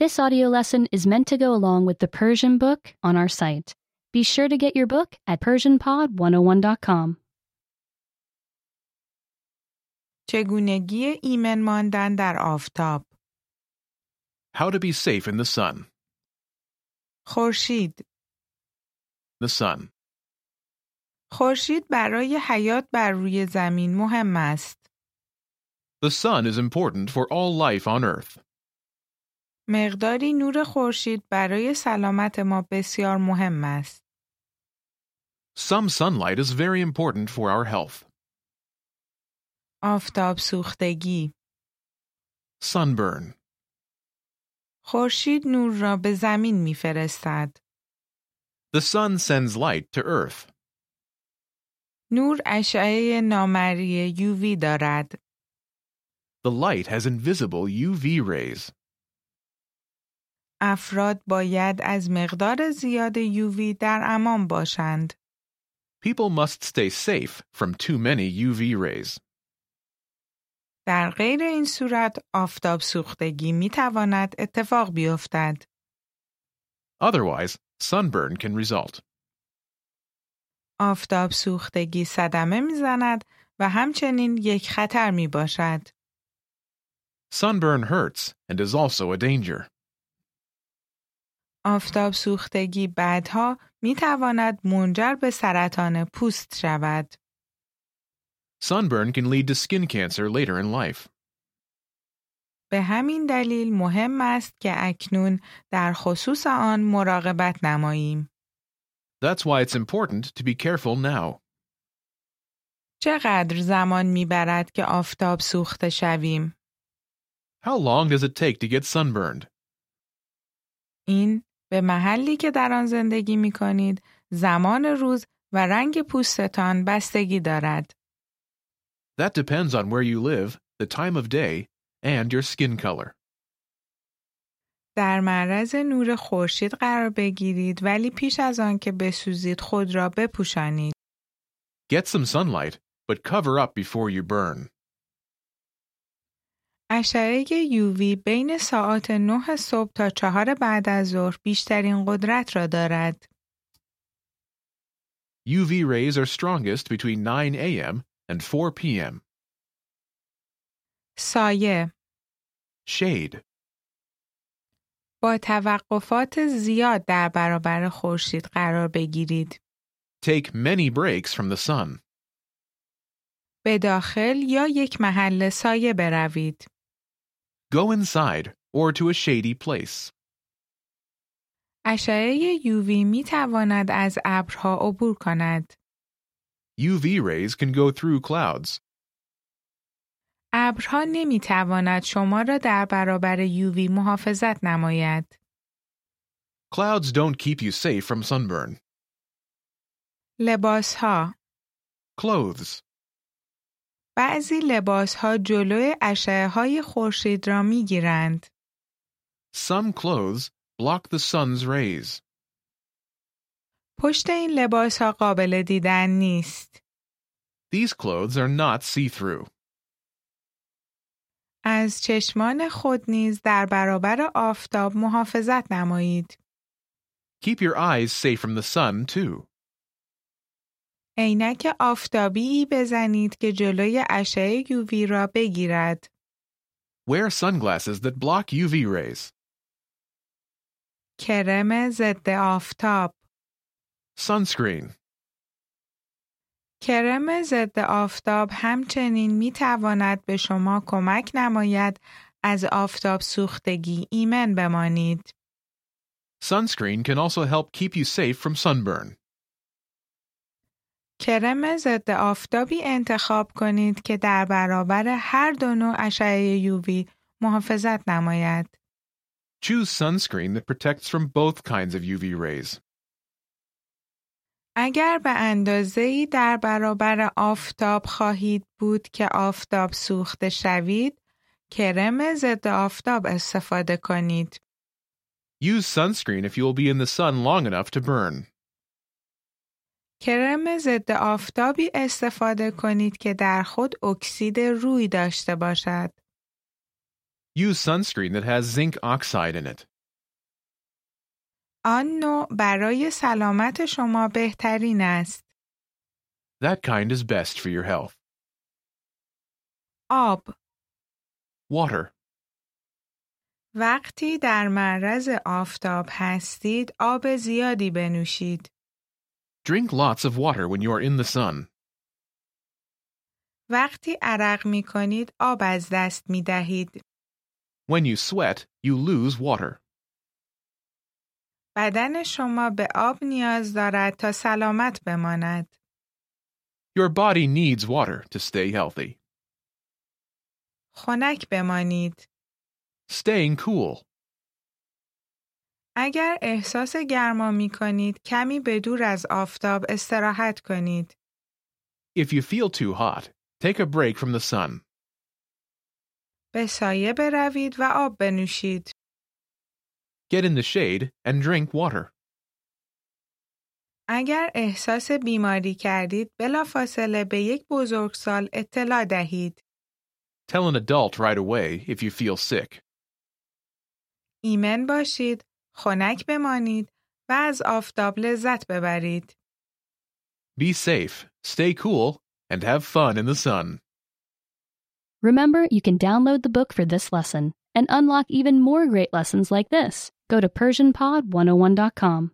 This audio lesson is meant to go along with the Persian book on our site. Be sure to get your book at PersianPod101.com. چگونگی ایمن ماندن در آفتاب How to be safe in the sun. خورشید The sun. خورشید برای حیات بر روی زمین مهم است The sun is important for all life on Earth. مقداری نور خورشید برای سلامت ما بسیار مهم است Some sunlight is very important for our health. آفتاب سوختگی Sunburn. خورشید نور را به زمین میفرستد The sun sends light to Earth. نور اشعه نامری یووی دارد The light has invisible UV rays. افراد باید از مقدار زیاد یووی در امان باشند People must stay safe from too many UV rays. در غیر این صورت آفتاب سوختگی می تواند اتفاق بیفتد. Otherwise, sunburn can result. آفتاب سوختگی صدمه می زند و همچنین یک خطر می باشد. Sunburn hurts and is also a danger. آفتاب سوختگی بعدها می تواند منجر به سرطان پوست شود. Sunburn can lead to skin cancer later in life. به همین دلیل مهم است که اکنون در خصوص آن مراقبت نماییم. That's why it's important to be careful now. چقدر زمان می برد که آفتاب سوخته شویم؟ How long does it take to get sunburned? این به محلی که در آن زندگی می کنید، زمان روز و رنگ پوستتان بستگی دارد. That depends on where you live, the time of day, and your skin color. در معرض نور خورشید قرار بگیرید ولی پیش از آن که بسوزید خود را بپوشانید. Get some sunlight, but cover up before you burn. اشعه یووی بین ساعت 9 صبح تا 4 بعد از ظهر بیشترین قدرت را دارد. UV rays are strongest between 9 a.m. and 4 p.m. سایه Shade. با توقفات زیاد در برابر خورشید قرار بگیرید. Take many breaks from the sun. به داخل یا یک محل سایه بروید. Go inside or to a shady place. اشعه یووی می تواند از ابرها عبور کند. UV rays can go through clouds. ابرها نمی تواند شما را در برابر یووی محافظت نماید. Clouds don't keep you safe from sunburn. لباس ها Clothes. بعضی لباس ها جلوی اشعه های خورشید را می گیرند. Some clothes block the sun's rays. پشت این لباس ها قابل دیدن نیست. These clothes are not see through. از چشمان خود نیز در برابر آفتاب محافظت نمایید. Keep your eyes safe from the sun, too. عینک آفتابی بزنید که جلوی اشعه یووی را بگیرد. Wear sunglasses that block UV rays. کرم ضد آفتاب Sunscreen. کرم ضد آفتاب همچنین می تواند به شما کمک نماید از آفتاب سوختگی ایمن بمانید. Sunscreen can also help keep you safe from sunburn. کرم ضد آفتابی انتخاب کنید که در برابر هر دو نوع اشعه یووی محافظت نماید. Choose sunscreen that protects from both kinds of UV rays. اگر به اندازه ای در برابر آفتاب خواهید بود که آفتاب سوخته شوید، کرم ضد آفتاب استفاده کنید. Use sunscreen if you will be in the sun long enough to burn. کرم ضد آفتابی استفاده کنید که در خود اکسید روی داشته باشد. Use sunscreen that has zinc oxide in it. آن نوع برای سلامت شما بهترین است. That kind is best for your health. آب Water. وقتی در معرض آفتاب هستید آب زیادی بنوشید. Drink lots of water when you are in the sun. وقتی عرق می کنید آب از دست می دهید. When you sweat, you lose water. بدن شما به آب نیاز دارد تا سلامت بماند. Your body needs water to stay healthy. خنک بمانید. Staying cool. اگر احساس گرما می کنید کمی به دور از آفتاب استراحت کنید. If you feel too hot, take a break from the sun. به سایه بروید و آب بنوشید. Get in the shade and drink water. اگر احساس بیماری کردید بلافاصله به یک بزرگسال اطلاع دهید. Tell an adult right away if you feel sick. ایمن باشید، خنک بمانید و از آفتاب لذت ببرید. Be safe, stay cool, and have fun in the sun. Remember, you can download the book for this oh lesson and unlock even more great lessons like this. Go to PersianPod101.com.